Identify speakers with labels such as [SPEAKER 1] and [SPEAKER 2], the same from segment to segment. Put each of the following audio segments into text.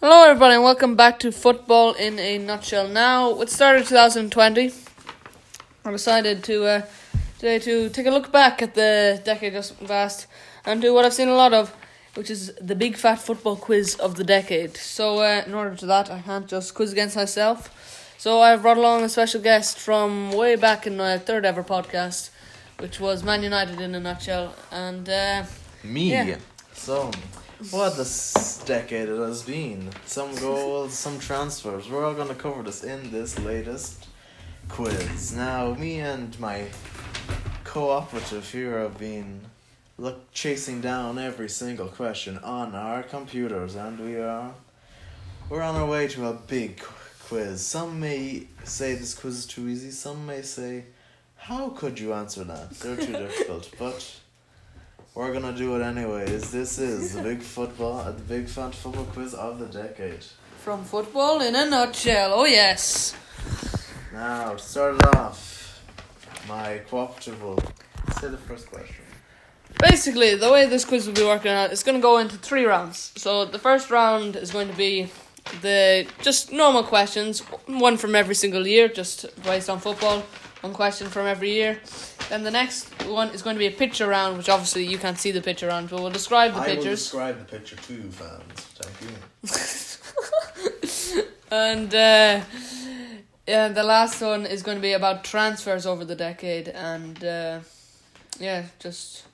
[SPEAKER 1] Hello, everybody, and welcome back to Football in a Nutshell. Now, it started 2020. I decided to uh, today to take a look back at the decade just past and do what I've seen a lot of, which is the big fat football quiz of the decade. So, uh, in order to that, I can't just quiz against myself. So, I brought along a special guest from way back in my third ever podcast, which was Man United in a Nutshell, and uh,
[SPEAKER 2] Me.
[SPEAKER 1] Yeah.
[SPEAKER 2] So, what this decade it has been. Some goals, some transfers. We're all gonna cover this in this latest quiz. Now, me and my cooperative here have been look chasing down every single question on our computers, and we are we're on our way to a big qu- quiz. Some may say this quiz is too easy. Some may say, "How could you answer that? They're too difficult." But we're gonna do it anyways. This is the big football, uh, the big fat football quiz of the decade.
[SPEAKER 1] from Football in a Nutshell. Oh, yes.
[SPEAKER 2] Now, to start it off, my cooperative will say the first question.
[SPEAKER 1] Basically, the way this quiz will be working out, it's going to go into three rounds. So the first round is going to be the just normal questions, one from every single year, just based on football, one question from every year. Then the next one is going to be a picture round, which obviously you can't see the picture round, but we'll describe the
[SPEAKER 2] I will
[SPEAKER 1] pictures.
[SPEAKER 2] describe the picture to you, fans. Thank you.
[SPEAKER 1] And uh, yeah, the last one is going to be about transfers over the decade, and uh, yeah, just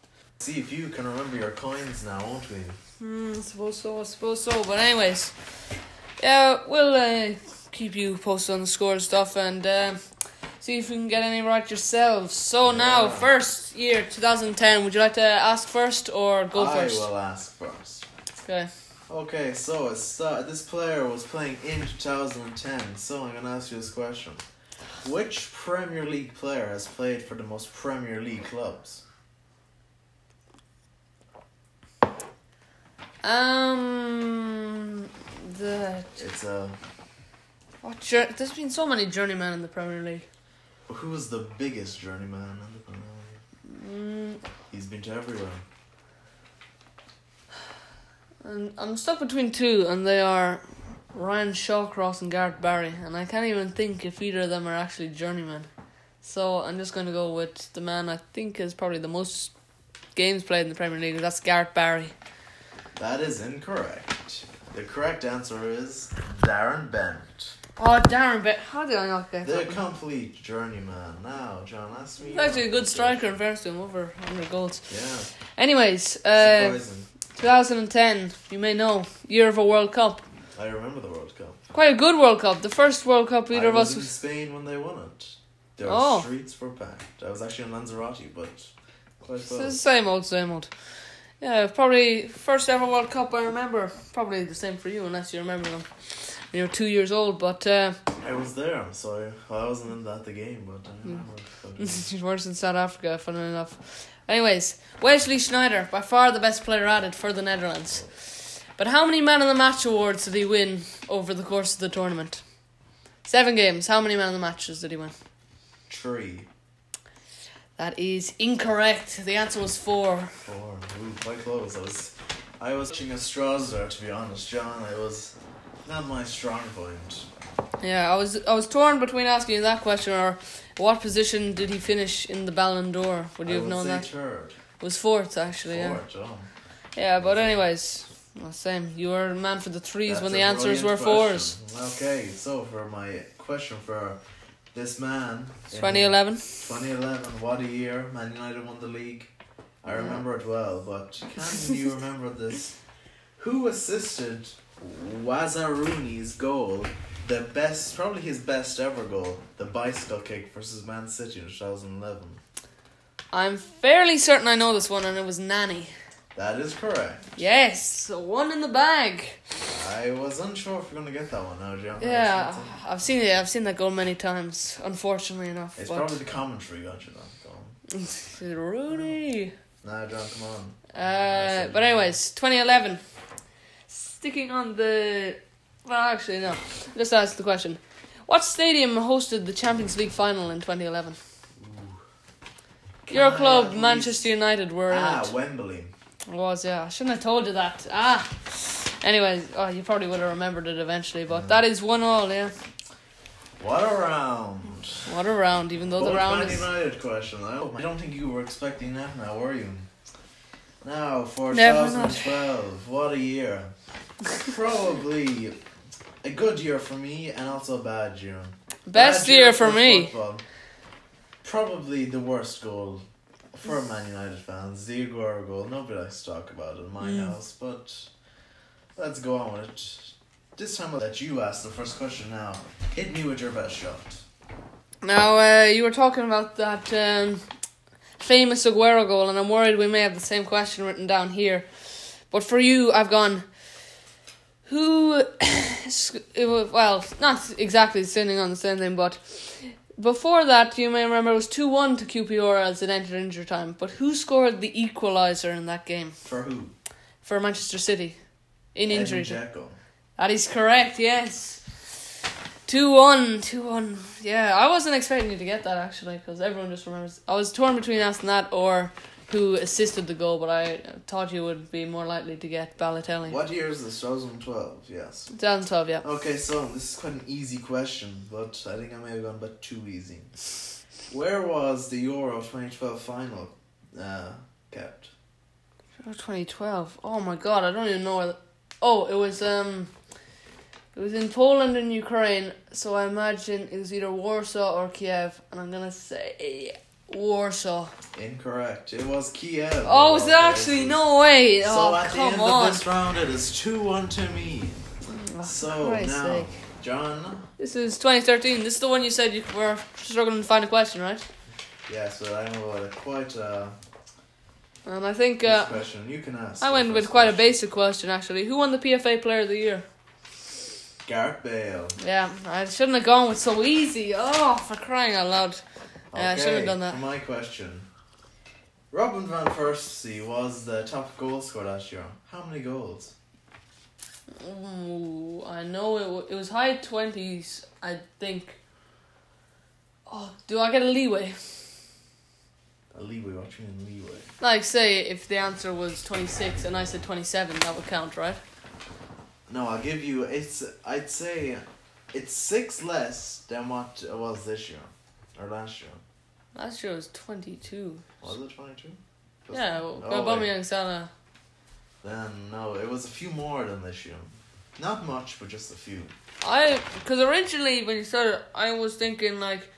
[SPEAKER 2] See if you can remember your coins now, won't we?
[SPEAKER 1] Hmm, I suppose so, I suppose so. But anyways, yeah, we'll uh, keep you posted on the score and stuff and uh, see if you can get any right yourselves. So now,
[SPEAKER 2] Yeah.
[SPEAKER 1] first year, 2010, would you like to ask first or go
[SPEAKER 2] I
[SPEAKER 1] first?
[SPEAKER 2] will ask first.
[SPEAKER 1] Okay.
[SPEAKER 2] Okay, so it's sta- this player was playing in 2010, so I'm gonna ask you this question. Which Premier League player has played for the most Premier League clubs?
[SPEAKER 1] Um, the...
[SPEAKER 2] It's a. Uh,
[SPEAKER 1] What jour- There's been so many journeymen in the Premier League.
[SPEAKER 2] Who was the biggest journeyman in the Premier League?
[SPEAKER 1] Mm,
[SPEAKER 2] He's been to everywhere.
[SPEAKER 1] and I'm stuck between two, and they are Ryan Shawcross and Gareth Barry, and I can't even think if either of them are actually journeymen. So I'm just going to go with the man I think is probably the most games played in the Premier League. and That's Gareth Barry.
[SPEAKER 2] That is incorrect. The correct answer is Darren Bent.
[SPEAKER 1] Oh, Darren Barry. How did I not get
[SPEAKER 2] The
[SPEAKER 1] that?
[SPEAKER 2] complete journeyman. Now, John, ask me.
[SPEAKER 1] He's actually a good striker in fairness to him, over 100 goals.
[SPEAKER 2] Yeah,
[SPEAKER 1] Anyways, uh,
[SPEAKER 2] surprising.
[SPEAKER 1] 2010, you may know, year of a World Cup.
[SPEAKER 2] I remember the World Cup.
[SPEAKER 1] Quite a good World Cup. The first World Cup
[SPEAKER 2] I
[SPEAKER 1] either of
[SPEAKER 2] was
[SPEAKER 1] us
[SPEAKER 2] in
[SPEAKER 1] was.
[SPEAKER 2] Spain when they won it. Their
[SPEAKER 1] Oh.
[SPEAKER 2] streets were packed. I was actually in Lanzarote, but quite
[SPEAKER 1] It's the
[SPEAKER 2] well.
[SPEAKER 1] same old, same old. Yeah, probably first ever World Cup I remember. Probably the same for you, unless you remember them. when You were two years old, but uh,
[SPEAKER 2] I was there. So I, well, I wasn't in that the game, but I remember. it.
[SPEAKER 1] it's worse in South Africa, funnily enough. Anyways, Wesley Schneider, by far the best player at it for the Netherlands. But how many Man of the Match awards did he win over the course of the tournament? Seven games. How many Man of the Matches did he win?
[SPEAKER 2] Three,
[SPEAKER 1] That is incorrect. The answer was four.
[SPEAKER 2] four. Ooh, quite close. I was, I was watching a straws there. To be honest, John, I was not my strong point.
[SPEAKER 1] Yeah, I was I was torn between asking you that question or what position did he finish in the Ballon d'Or? Would you
[SPEAKER 2] I
[SPEAKER 1] have
[SPEAKER 2] would
[SPEAKER 1] known
[SPEAKER 2] say
[SPEAKER 1] that?
[SPEAKER 2] third,
[SPEAKER 1] It was fourth actually.
[SPEAKER 2] fourth,
[SPEAKER 1] Yeah.
[SPEAKER 2] John.
[SPEAKER 1] Yeah, but anyways, well, same. You were a man for the threes
[SPEAKER 2] That's
[SPEAKER 1] when the
[SPEAKER 2] a
[SPEAKER 1] answers were
[SPEAKER 2] brilliant
[SPEAKER 1] fours.
[SPEAKER 2] question. Okay, so for my question for this man, in
[SPEAKER 1] 2011.
[SPEAKER 2] 2011, what a year! Man United won the league. I remember it well, but can you remember this? Who assisted Wazaruni's goal? The best, probably his best ever goal, the bicycle kick versus Man City in 2011.
[SPEAKER 1] I'm fairly certain I know this one, and it was Nanny.
[SPEAKER 2] That is correct.
[SPEAKER 1] Yes, one in the bag.
[SPEAKER 2] I was unsure if you're gonna get that one now, John.
[SPEAKER 1] Yeah, I've seen it. I've seen that goal many times. Unfortunately enough,
[SPEAKER 2] It's
[SPEAKER 1] but
[SPEAKER 2] probably the commentary got you that goal.
[SPEAKER 1] Rooney.
[SPEAKER 2] Nah, John, come on.
[SPEAKER 1] Uh, but anyways, 2011. Sticking on the, well, actually no. Let's ask the question. What stadium hosted the Champions League final in 2011? Your
[SPEAKER 2] Can I
[SPEAKER 1] club,
[SPEAKER 2] at least-
[SPEAKER 1] Manchester United, were in
[SPEAKER 2] Ah,
[SPEAKER 1] it.
[SPEAKER 2] Wembley.
[SPEAKER 1] It was yeah. I shouldn't have told you that. Ah, Anyways, oh, you probably would have remembered it eventually, but that is one all, yeah.
[SPEAKER 2] What a round!
[SPEAKER 1] What a round, even though the
[SPEAKER 2] Both
[SPEAKER 1] round
[SPEAKER 2] Man
[SPEAKER 1] is.
[SPEAKER 2] United question. I don't- I don't think you were expecting that now, were you? Now, for
[SPEAKER 1] Never not.
[SPEAKER 2] 2012, what a year. Probably a good year for me and also a bad year.
[SPEAKER 1] Best
[SPEAKER 2] Bad
[SPEAKER 1] year for me.
[SPEAKER 2] football. Probably the worst goal for Man United fans, the Aguero goal. Nobody likes to talk about it in my
[SPEAKER 1] Mm.
[SPEAKER 2] house, but let's go on with it. This time I'll let you ask the first question now. Hit me with your best shot.
[SPEAKER 1] Now, uh, you were talking about that um, famous Aguero goal, and I'm worried we may have the same question written down here. But for you, I've gone. Who, sc- it wa- well, not exactly standing on the same thing, but before that, you may remember it was 2 1 to QPR as it entered injury time. But who scored the equaliser in that game
[SPEAKER 2] For who?
[SPEAKER 1] for Manchester City in injury
[SPEAKER 2] Edin
[SPEAKER 1] time?
[SPEAKER 2] Dzeko.
[SPEAKER 1] That is correct, yes. 2 1, 2 1. Yeah, I wasn't expecting you to get that actually, because everyone just remembers. I was torn between asking that or who assisted the goal, but I thought you would be more likely to get Balotelli.
[SPEAKER 2] What Oh. year is this? 2012, yes.
[SPEAKER 1] 2012, yeah.
[SPEAKER 2] Okay, so this is quite an easy question, but I think I may have gone a bit too easy. Where was the Euro 2012 final uh, kept?
[SPEAKER 1] Oh, 2012. Oh my god, I don't even know where. The... Oh, it was um, it was in Poland and Ukraine. So I imagine it was either Warsaw or Kiev, and I'm gonna say Warsaw.
[SPEAKER 2] Incorrect. It was Kiev.
[SPEAKER 1] Oh, is it actually? No way.
[SPEAKER 2] So
[SPEAKER 1] Oh,
[SPEAKER 2] at the
[SPEAKER 1] come
[SPEAKER 2] end
[SPEAKER 1] on.
[SPEAKER 2] of this round, it is 2 1 to me.
[SPEAKER 1] Oh,
[SPEAKER 2] So
[SPEAKER 1] Christ's
[SPEAKER 2] now,
[SPEAKER 1] sake.
[SPEAKER 2] John.
[SPEAKER 1] This is 2013. This is the one you said you were struggling to find a question, right?
[SPEAKER 2] Yes, but I know uh, quite uh,
[SPEAKER 1] And I think
[SPEAKER 2] this
[SPEAKER 1] uh,
[SPEAKER 2] question. You can ask.
[SPEAKER 1] I
[SPEAKER 2] the
[SPEAKER 1] went with
[SPEAKER 2] first
[SPEAKER 1] quite a
[SPEAKER 2] question.
[SPEAKER 1] basic question, actually. Who won the PFA Player of the Year?
[SPEAKER 2] Gareth Bale.
[SPEAKER 1] Yeah, I shouldn't have gone with so easy. Oh, for crying out loud. Yeah, I should have done that.
[SPEAKER 2] My question. Robin van Persie was the top goal scorer last year. How many goals?
[SPEAKER 1] Ooh, I know it, wa- it was high 20s, I think. Oh, do I get a leeway?
[SPEAKER 2] A leeway, what do you mean leeway?
[SPEAKER 1] Like, say, if the answer was 26 and I said 27, that would count, right?
[SPEAKER 2] No, I'll give you. It's. I'd say, it's six less than what it was this year, or last year.
[SPEAKER 1] Last year was 22.
[SPEAKER 2] Was it twenty two?
[SPEAKER 1] Yeah, well,
[SPEAKER 2] Oh, wait.
[SPEAKER 1] Aubameyang, Salah.
[SPEAKER 2] Then no, it was a few more than this year. Not much, but just a few.
[SPEAKER 1] I because originally when you started, I was thinking like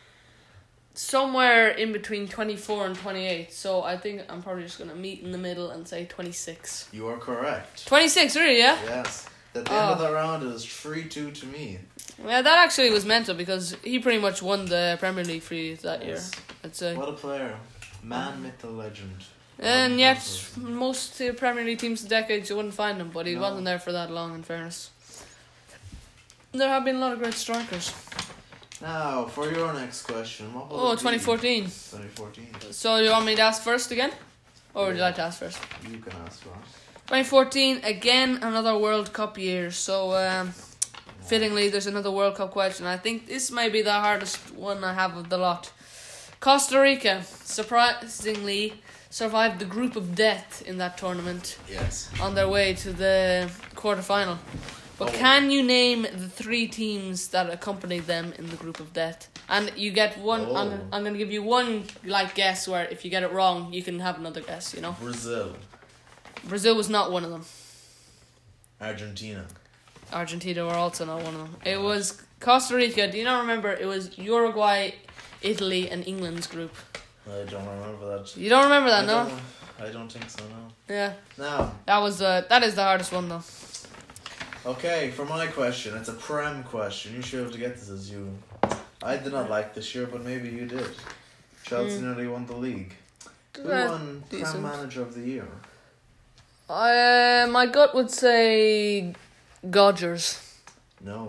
[SPEAKER 1] somewhere in between twenty four and twenty eight. So I think I'm probably just gonna meet in the middle and say twenty six.
[SPEAKER 2] You are correct.
[SPEAKER 1] Twenty six, really? Yeah.
[SPEAKER 2] Yes. At the
[SPEAKER 1] Oh.
[SPEAKER 2] end of the round, it was three two to me.
[SPEAKER 1] Yeah, that actually was mental because he pretty much won the Premier League for you that year.
[SPEAKER 2] Yes.
[SPEAKER 1] I'd say.
[SPEAKER 2] What a player, man, myth, the legend.
[SPEAKER 1] Um, And
[SPEAKER 2] Robin
[SPEAKER 1] yet,
[SPEAKER 2] van Persie.
[SPEAKER 1] most uh, Premier League teams in decades you wouldn't find him, but he
[SPEAKER 2] No.
[SPEAKER 1] wasn't there for that long. In fairness, there have been a lot of great strikers.
[SPEAKER 2] Now, for your next question, what will
[SPEAKER 1] Oh,
[SPEAKER 2] it be?
[SPEAKER 1] 2014.
[SPEAKER 2] 2014.
[SPEAKER 1] So you want me to ask first again, or would you
[SPEAKER 2] Yeah.
[SPEAKER 1] like to ask first?
[SPEAKER 2] You can ask one.
[SPEAKER 1] 2014 again another world cup year so um, fittingly there's another world cup question i think this may be the hardest one i have of the lot costa rica surprisingly survived the group of death in that tournament
[SPEAKER 2] Yes.
[SPEAKER 1] on their way to the quarterfinal but
[SPEAKER 2] Oh.
[SPEAKER 1] can you name the three teams that accompanied them in the group of death and you get one I'm,
[SPEAKER 2] Oh.
[SPEAKER 1] I'm gonna give you one like guess where if you get it wrong you can have another guess you know
[SPEAKER 2] Brazil,
[SPEAKER 1] brazil was not one of them
[SPEAKER 2] Argentina,
[SPEAKER 1] Argentina were also not one of them. It was Costa Rica. Do you not remember? It was Uruguay, Italy, and England's group.
[SPEAKER 2] I don't remember that.
[SPEAKER 1] You don't remember that,
[SPEAKER 2] I
[SPEAKER 1] no?
[SPEAKER 2] don't, I don't think so, no.
[SPEAKER 1] Yeah,
[SPEAKER 2] Now,
[SPEAKER 1] that was uh, that is the hardest one though.
[SPEAKER 2] okay, for my question, it's a prem question. You should have to get this as you. I did not like this year, but maybe you did. Chelsea nearly won the league. Who
[SPEAKER 1] Uh,
[SPEAKER 2] won
[SPEAKER 1] Hmm. decent.
[SPEAKER 2] Prem Manager of the Year?
[SPEAKER 1] I, uh, my gut would say Godgers.
[SPEAKER 2] No.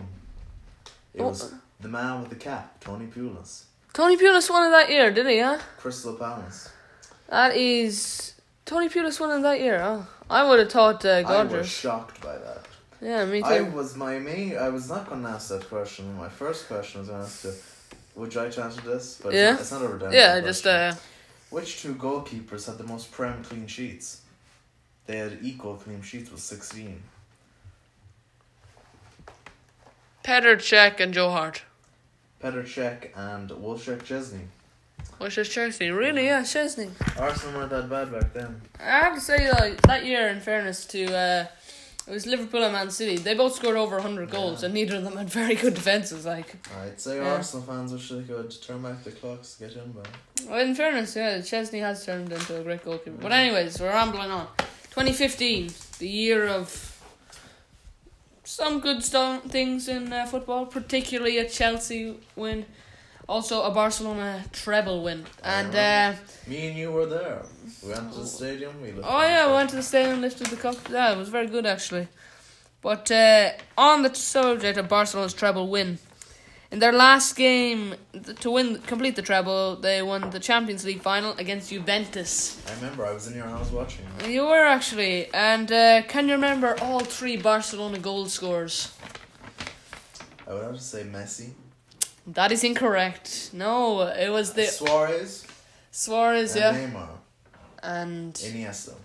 [SPEAKER 2] It
[SPEAKER 1] Oh.
[SPEAKER 2] was the man with the cap, Tony Pulis.
[SPEAKER 1] Tony Pulis won it that year, did he? Yeah.
[SPEAKER 2] Crystal Palace.
[SPEAKER 1] That is Tony Pulis won it that year. Huh? I would have thought uh,
[SPEAKER 2] I was
[SPEAKER 1] Godgers.
[SPEAKER 2] shocked by that.
[SPEAKER 1] Yeah, me too.
[SPEAKER 2] I was my main. I was not gonna ask that question. My first question was gonna ask you, would you like to answer this? But
[SPEAKER 1] Yeah.
[SPEAKER 2] it's, not, it's not a redemption.
[SPEAKER 1] yeah, just
[SPEAKER 2] question.
[SPEAKER 1] uh,
[SPEAKER 2] Which two goalkeepers had the most prem clean sheets? They had equal clean sheets with sixteen.
[SPEAKER 1] Petr Cech and Joe Hart.
[SPEAKER 2] Petr Cech and Wolchek Chesney.
[SPEAKER 1] Which is Chesney. Really, yeah, Chesney.
[SPEAKER 2] Arsenal weren't that bad back then.
[SPEAKER 1] I have to say, like, that year, in fairness to. Uh, it was Liverpool and Man City. They both scored over 100 goals,
[SPEAKER 2] Yeah.
[SPEAKER 1] and neither of them had very good defences. Like,
[SPEAKER 2] I'd say
[SPEAKER 1] Yeah.
[SPEAKER 2] Arsenal fans wish they could turn back the clocks to get in back.
[SPEAKER 1] Well, in fairness, yeah, Chesney has turned into a great goalkeeper. But anyways, we're rambling on. 2015, the year of some good sto- things in uh, football, particularly a Chelsea win, also a Barcelona treble win, and uh,
[SPEAKER 2] Me and you were there. We went to the stadium. We looked
[SPEAKER 1] oh yeah, we went to the stadium, lifted the cup. Yeah, it was very good actually. But uh, on the subject of Barcelona's treble win, in their last game th- to win complete the treble, they won the Champions League final against Juventus.
[SPEAKER 2] I remember I was in your house watching.
[SPEAKER 1] You were actually, and uh, can you remember all three Barcelona goal scorers?
[SPEAKER 2] I would have to say Messi,
[SPEAKER 1] That is incorrect. No, it was the
[SPEAKER 2] Suarez,
[SPEAKER 1] Suarez,
[SPEAKER 2] and
[SPEAKER 1] yeah,
[SPEAKER 2] Neymar,
[SPEAKER 1] and
[SPEAKER 2] Iniesta.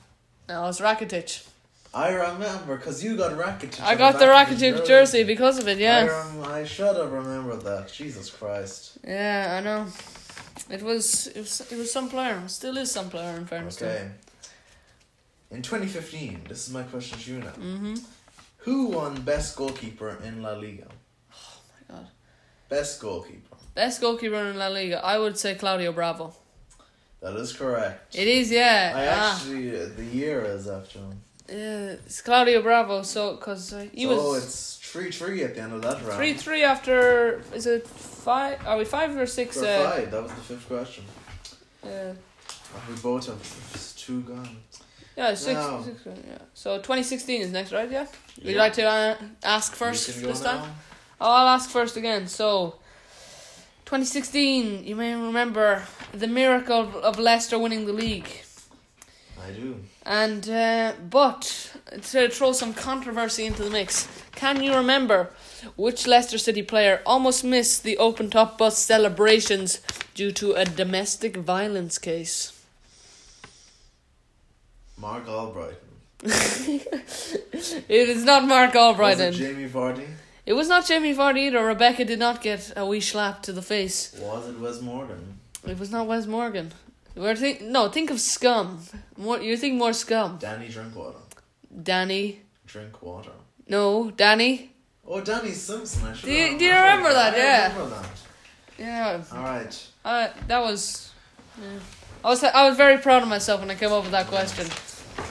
[SPEAKER 1] no, it was Rakitic.
[SPEAKER 2] I remember because you got Rakitic.
[SPEAKER 1] I
[SPEAKER 2] on
[SPEAKER 1] got the
[SPEAKER 2] back of
[SPEAKER 1] Rakitic jersey because of it. Yeah,
[SPEAKER 2] I, rem- I should have remembered that. Jesus Christ.
[SPEAKER 1] yeah, I know. It was, it was, it was some player. Still is some player in fairness.
[SPEAKER 2] Okay. In 2015, this is my question to you now.
[SPEAKER 1] Mm-hmm.
[SPEAKER 2] Who won best goalkeeper in La Liga?
[SPEAKER 1] Oh my God.
[SPEAKER 2] Best goalkeeper.
[SPEAKER 1] Best goalkeeper in La Liga, I would say Claudio Bravo.
[SPEAKER 2] That is correct.
[SPEAKER 1] It is, yeah.
[SPEAKER 2] I
[SPEAKER 1] ah.
[SPEAKER 2] actually uh, the year is after him.
[SPEAKER 1] Yeah, it's Claudio Bravo. So, cause uh, he
[SPEAKER 2] so
[SPEAKER 1] was.
[SPEAKER 2] Oh, it's three three at the end of that round.
[SPEAKER 1] Three three after is it five? Are we five or six?
[SPEAKER 2] Or
[SPEAKER 1] uh,
[SPEAKER 2] five. That was the fifth question.
[SPEAKER 1] uh,
[SPEAKER 2] Oh, we both have it's two gone.
[SPEAKER 1] yeah, six.
[SPEAKER 2] No.
[SPEAKER 1] six, uh, yeah. So twenty sixteen is next, right? Yeah. Would you
[SPEAKER 2] Yeah.
[SPEAKER 1] like to uh, ask first
[SPEAKER 2] You can go
[SPEAKER 1] this time?
[SPEAKER 2] now.
[SPEAKER 1] Oh, I'll ask first again. So. 2016, you may remember the miracle of- of Leicester winning the league.
[SPEAKER 2] I do.
[SPEAKER 1] And uh, but to throw some controversy into the mix, can you remember which Leicester City player almost missed the open top bus celebrations due to a domestic violence case?
[SPEAKER 2] Mark Albrighton.
[SPEAKER 1] It is not Mark Albrighton.
[SPEAKER 2] Was it
[SPEAKER 1] It,
[SPEAKER 2] Jamie Vardy?
[SPEAKER 1] was not Jamie Vardy either. Rebecca did not get a wee slap to the face.
[SPEAKER 2] Was it Wes Morgan?
[SPEAKER 1] It was not Wes Morgan. We're think no, think of scum. More you think more scum.
[SPEAKER 2] Danny Drinkwater.
[SPEAKER 1] Danny.
[SPEAKER 2] Drinkwater.
[SPEAKER 1] No, Danny.
[SPEAKER 2] Oh, Danny Simpson. I should
[SPEAKER 1] Do you-
[SPEAKER 2] have
[SPEAKER 1] do you remember that? Yeah.
[SPEAKER 2] I remember that.
[SPEAKER 1] Yeah.
[SPEAKER 2] All right.
[SPEAKER 1] Uh, that was. Yeah. I was I was very proud of myself when I came up with that question.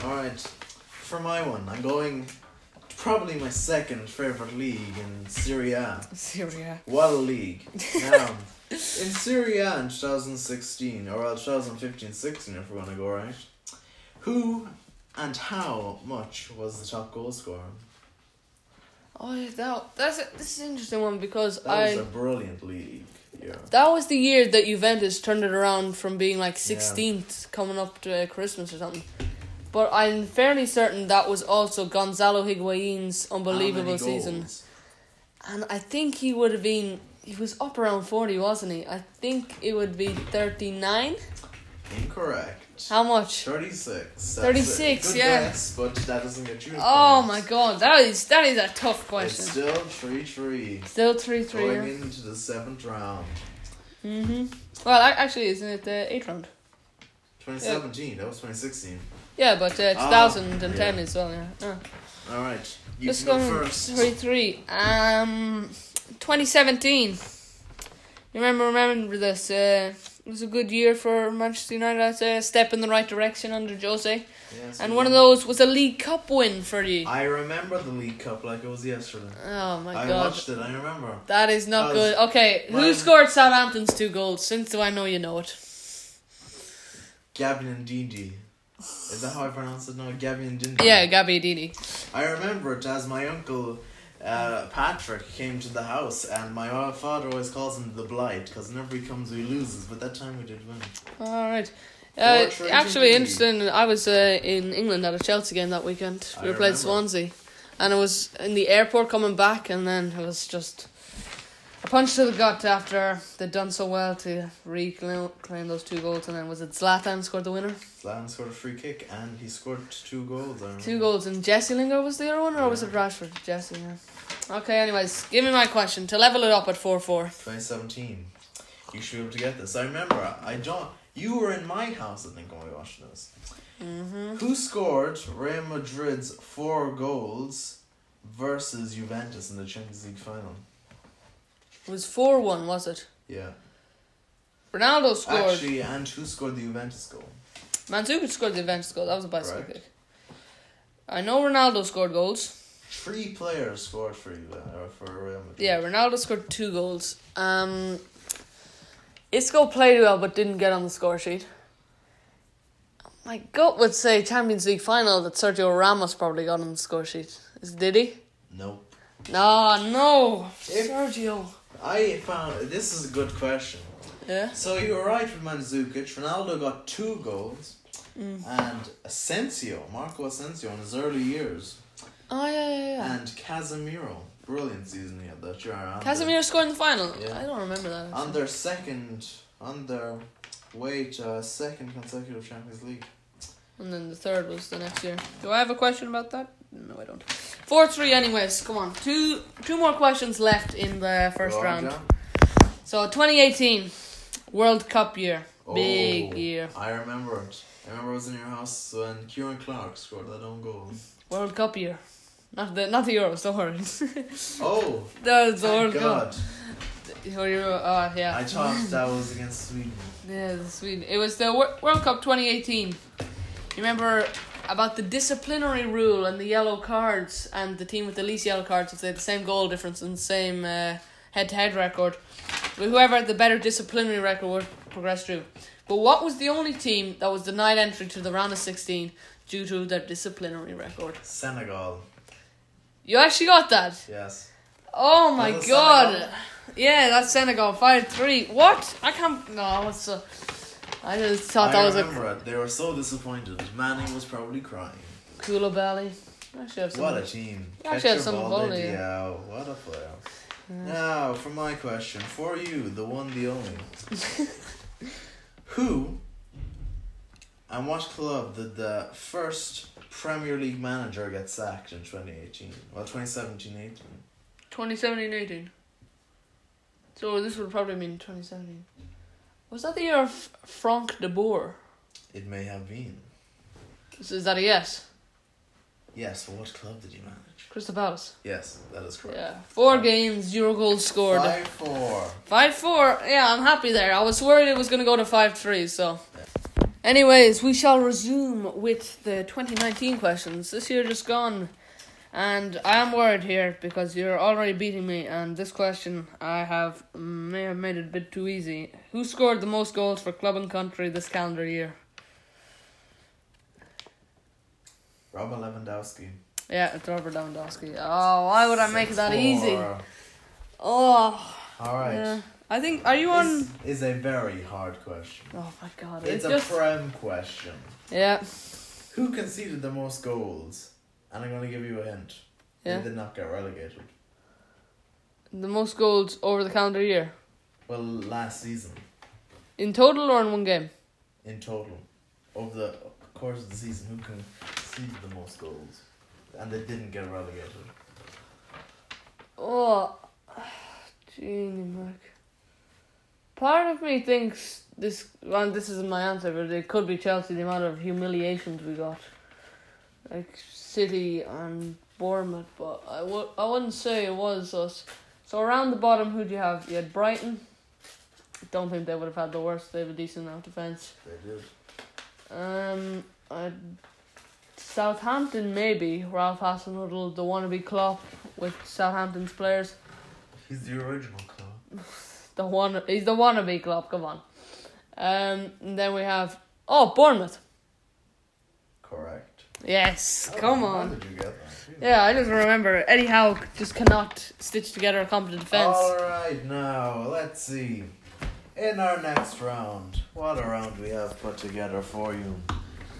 [SPEAKER 2] All right. For my one, I'm going to probably my second favorite league in Syria.
[SPEAKER 1] Syria.
[SPEAKER 2] What a league. Now, in Syria in 2016, or 2015 16, if we're going to go right, who and how much was the top goal scorer?
[SPEAKER 1] Oh, yeah, that that's a, this is an interesting one because
[SPEAKER 2] That
[SPEAKER 1] I
[SPEAKER 2] was a brilliant league. Yeah.
[SPEAKER 1] that was the year that Juventus turned it around from being like sixteenth coming up to uh, Christmas or something. But I'm fairly certain that was also Gonzalo Higuain's
[SPEAKER 2] Ah,
[SPEAKER 1] unbelievable
[SPEAKER 2] How many
[SPEAKER 1] season,
[SPEAKER 2] goals?
[SPEAKER 1] and I think he would have been. He was up around forty, wasn't he? I think it would be thirty nine.
[SPEAKER 2] Incorrect.
[SPEAKER 1] How much?
[SPEAKER 2] 36. That's it.
[SPEAKER 1] 36,
[SPEAKER 2] Good
[SPEAKER 1] yeah.
[SPEAKER 2] guess, but that doesn't get you. a
[SPEAKER 1] Oh
[SPEAKER 2] point.
[SPEAKER 1] my god, that is that is a tough
[SPEAKER 2] It's
[SPEAKER 1] question.
[SPEAKER 2] still 3 3.
[SPEAKER 1] Still three three.
[SPEAKER 2] Going into the seventh round.
[SPEAKER 1] Mm-hmm. Well, ac- actually, isn't it the eighth round?
[SPEAKER 2] 2017, that was 2016.
[SPEAKER 1] Yeah, but uh,
[SPEAKER 2] Ah,
[SPEAKER 1] 2010
[SPEAKER 2] yeah.
[SPEAKER 1] as well. Yeah. Ah.
[SPEAKER 2] Alright, you
[SPEAKER 1] Just
[SPEAKER 2] can
[SPEAKER 1] going
[SPEAKER 2] go first.
[SPEAKER 1] three three. Um, 2017. You remember remember this? Uh, it was a good year for Manchester United. I'd say a step in the right direction under Jose,
[SPEAKER 2] Yes,
[SPEAKER 1] and
[SPEAKER 2] you
[SPEAKER 1] one of
[SPEAKER 2] can.
[SPEAKER 1] those was a League Cup win for you.
[SPEAKER 2] I remember the League Cup like it was yesterday.
[SPEAKER 1] Oh my
[SPEAKER 2] I
[SPEAKER 1] god.
[SPEAKER 2] watched it, I remember.
[SPEAKER 1] That is not
[SPEAKER 2] That was-
[SPEAKER 1] good. Okay, who
[SPEAKER 2] Mine-
[SPEAKER 1] scored Southampton's two goals? Since do I know you know it?
[SPEAKER 2] Gabby and Dindi. Is that how I pronounce it now? Gabby and Dindi.
[SPEAKER 1] Yeah, Gabby Dini.
[SPEAKER 2] I remember it as my uncle uh, Patrick came to the house, and my o- father always calls him the Blight because whenever he comes, we loses, but that time we did win.
[SPEAKER 1] All right. Uh,
[SPEAKER 2] Watch Rangers
[SPEAKER 1] actually,
[SPEAKER 2] League.
[SPEAKER 1] interesting. I was uh, in England at a Chelsea game that weekend.
[SPEAKER 2] I
[SPEAKER 1] We were playing
[SPEAKER 2] remember.
[SPEAKER 1] Swansea, and I was in the airport coming back, and then it was just a punch to the gut after they'd done so well to reclaim claim those two goals, and then was it Zlatan scored the winner?
[SPEAKER 2] Zlatan scored a free kick, and he scored two goals. I remember.
[SPEAKER 1] Two goals, and Jesse Lingard was the other one, or was
[SPEAKER 2] Yeah.
[SPEAKER 1] it Rashford? Jesse, yeah. Okay, anyways, give me my question to level it up at 4 4.
[SPEAKER 2] 2017. You should be able to get this. I remember I don't. You were in my house, I think, when we watched this. Mm-hmm. Who scored Real Madrid's four goals versus Juventus in the Champions League final?
[SPEAKER 1] It was 4 1, was it?
[SPEAKER 2] Yeah.
[SPEAKER 1] Ronaldo scored.
[SPEAKER 2] Actually, and who scored the Juventus goal?
[SPEAKER 1] Mandzukic scored the Juventus goal. That was a bicycle
[SPEAKER 2] Right.
[SPEAKER 1] kick. I know Ronaldo scored goals.
[SPEAKER 2] Three players scored for you uh, for Real Madrid.
[SPEAKER 1] Yeah, Ronaldo scored two goals. Um, Isco played well but didn't get on the score sheet. My gut would say Champions League final that Sergio Ramos probably got on the score sheet. Is did he?
[SPEAKER 2] Nope.
[SPEAKER 1] No, no,
[SPEAKER 2] If-
[SPEAKER 1] Sergio.
[SPEAKER 2] I found this is a good question.
[SPEAKER 1] Yeah.
[SPEAKER 2] So you were right with Mandzukic. Ronaldo got two goals, and Asensio, Marco Asensio, in his early years,
[SPEAKER 1] Oh yeah, yeah, yeah.
[SPEAKER 2] and Casemiro, brilliant season he had that year. on their-
[SPEAKER 1] Casemiro scored in the final.
[SPEAKER 2] Yeah.
[SPEAKER 1] I don't remember that.
[SPEAKER 2] on
[SPEAKER 1] actually.
[SPEAKER 2] their second, on their way to a second consecutive Champions League.
[SPEAKER 1] And then the third was the next year. Do I have a question about that? No, I don't. Four three, anyways. Come on, two two more questions left in the first
[SPEAKER 2] Go on,
[SPEAKER 1] round.
[SPEAKER 2] John.
[SPEAKER 1] So 2018 World Cup year,
[SPEAKER 2] Oh,
[SPEAKER 1] big year.
[SPEAKER 2] I remember it. I remember I was in your house when Kieran Clark scored that own goal.
[SPEAKER 1] World Cup year, not the not the Euros. Don't worry. the,
[SPEAKER 2] Oh,
[SPEAKER 1] the
[SPEAKER 2] thank
[SPEAKER 1] World Cup.
[SPEAKER 2] God!
[SPEAKER 1] The Euro, uh, yeah.
[SPEAKER 2] I thought that was against Sweden.
[SPEAKER 1] Yeah, the Sweden. It was the Wor- World Cup 2018. You remember about the disciplinary rule and the yellow cards and the team with the least yellow cards if they had the same goal difference and same uh, head-to-head record. But whoever had the better disciplinary record would progress through. But what was the only team that was denied entry to the round of 16 due to their disciplinary record?
[SPEAKER 2] Senegal.
[SPEAKER 1] You actually got that.
[SPEAKER 2] Yes.
[SPEAKER 1] Oh my
[SPEAKER 2] Was it
[SPEAKER 1] god.
[SPEAKER 2] Senegal?
[SPEAKER 1] Yeah, that's Senegal 5-3. What? I can't No, what's the I just thought that
[SPEAKER 2] I
[SPEAKER 1] was a
[SPEAKER 2] remember it. They were so disappointed. Manning was probably crying.
[SPEAKER 1] Koulibaly. I should have some.
[SPEAKER 2] What a team.
[SPEAKER 1] Yeah, actually had
[SPEAKER 2] Petra
[SPEAKER 1] some
[SPEAKER 2] Balde
[SPEAKER 1] volley.
[SPEAKER 2] Diao. What a player. Now, for my question, for you, the one, the only. Who and what club did the first Premier League manager get sacked in 2018? Well, 2017 18.
[SPEAKER 1] 2017 18. So this would probably mean 2017. Was that the year of Frank de Boer?
[SPEAKER 2] It may have been.
[SPEAKER 1] So Is that a yes?
[SPEAKER 2] Yes, but what club did he manage?
[SPEAKER 1] Crystal Palace.
[SPEAKER 2] Yes, that is correct.
[SPEAKER 1] Yeah. Four games, zero goals scored.
[SPEAKER 2] 5 4.
[SPEAKER 1] 5 4. Yeah, I'm happy there. I was worried it was going to go to 5 3, so. Anyways, we shall resume with the 2019 questions. This year just gone. And I am worried here because you're already beating me, and this question I have may have made it a bit too easy. Who scored the most goals for club and country this calendar year?
[SPEAKER 2] Rob Lewandowski.
[SPEAKER 1] Yeah, it's Robert Lewandowski. Oh, why would I make it that easy? Oh,
[SPEAKER 2] Alright.
[SPEAKER 1] yeah. I think. Are you on?
[SPEAKER 2] This is a very hard question.
[SPEAKER 1] Oh my god! It's,
[SPEAKER 2] It's a
[SPEAKER 1] just
[SPEAKER 2] prem question.
[SPEAKER 1] yeah,
[SPEAKER 2] Who conceded the most goals? And I'm going to give you a hint.
[SPEAKER 1] Yeah.
[SPEAKER 2] They did not get relegated.
[SPEAKER 1] the most goals over the calendar year.
[SPEAKER 2] Well, last season,
[SPEAKER 1] In total or in one game?
[SPEAKER 2] in total, over the course of the season, who conceded the most goals? And they didn't get relegated.
[SPEAKER 1] Oh, genie Mark. Part of me thinks this. Well, this isn't my answer, but it could be Chelsea. The amount of humiliations we got, like City and Bournemouth, but I w- I wouldn't say it was us. So around the bottom, who do you have? You had Brighton. Don't think they would have had the worst. They have a decent enough defense.
[SPEAKER 2] They did.
[SPEAKER 1] Um, i Southampton maybe Ralph Hasenhuttl, the wannabe Klopp with Southampton's players.
[SPEAKER 2] He's the original club.
[SPEAKER 1] The one he's the wannabe Klopp. Come on. Um, and then we have oh Bournemouth.
[SPEAKER 2] Correct.
[SPEAKER 1] Yes, come
[SPEAKER 2] How
[SPEAKER 1] on.
[SPEAKER 2] did you get that?
[SPEAKER 1] Yeah, I just remember Eddie Howe just cannot stitch together a competent defense.
[SPEAKER 2] Alright, now, let's see. In our next round, what a round we have put together for you.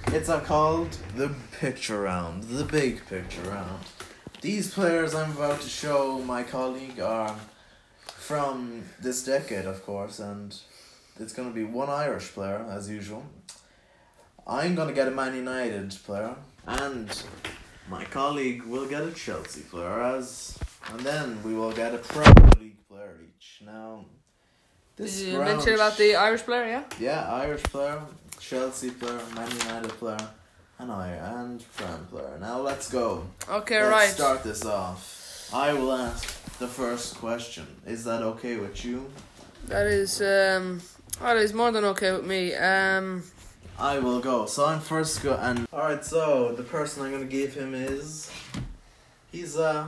[SPEAKER 2] It's uh, called the picture round, the big picture round. These players I'm about to show my colleague are from this decade, of course, and it's going to be one Irish player, as usual. I'm going to get a Man United player, and my colleague will get a Chelsea player, as And then we will get a Premier League player each. Now,
[SPEAKER 1] Did
[SPEAKER 2] this
[SPEAKER 1] you
[SPEAKER 2] round,
[SPEAKER 1] mention about the Irish player? Yeah.
[SPEAKER 2] yeah Irish player, Chelsea player, Man United player, and I and Fran player. Now let's go.
[SPEAKER 1] Okay.
[SPEAKER 2] let's
[SPEAKER 1] right.
[SPEAKER 2] start this off. I will ask the first question. Is that okay with you?
[SPEAKER 1] That is um. That is more than okay with me. Um.
[SPEAKER 2] I will go. So I'm first go and alright, so the person I'm gonna give him is he's uh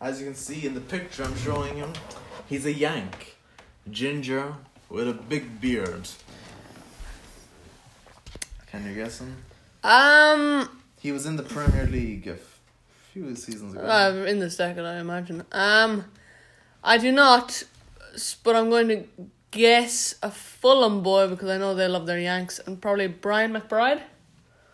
[SPEAKER 2] as you can see in the picture I'm showing him, he's a Yank. Ginger with a big beard. Can you guess him?
[SPEAKER 1] Um.
[SPEAKER 2] He was in the Premier League a f- few seasons ago.
[SPEAKER 1] Uh, in this decade, I imagine. Um, I do not, s- but I'm going to guess a Fulham boy because I know they love their Yanks and probably Brian McBride.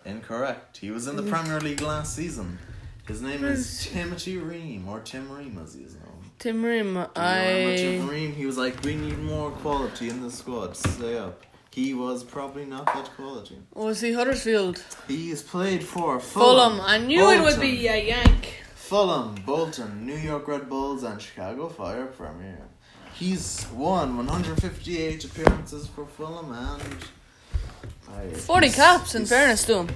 [SPEAKER 2] Incorrect. He was in the Premier League last season. His name is Timothy Ream, or Tim Ream as he is known.
[SPEAKER 1] Tim Ream,
[SPEAKER 2] I...
[SPEAKER 1] I
[SPEAKER 2] He was like, we need more quality in the squad. Stay up. He was probably not that quality.
[SPEAKER 1] was he Huddersfield,
[SPEAKER 2] He's played for Fulham.
[SPEAKER 1] Fulham. I knew it would be
[SPEAKER 2] Bolton,
[SPEAKER 1] a Yank.
[SPEAKER 2] Fulham, Bolton, New York Red Bulls, and Chicago Fire Premier. He's won 158 appearances for Fulham and. I-
[SPEAKER 1] Forty
[SPEAKER 2] he's-
[SPEAKER 1] caps. In
[SPEAKER 2] he's-
[SPEAKER 1] fairness to him,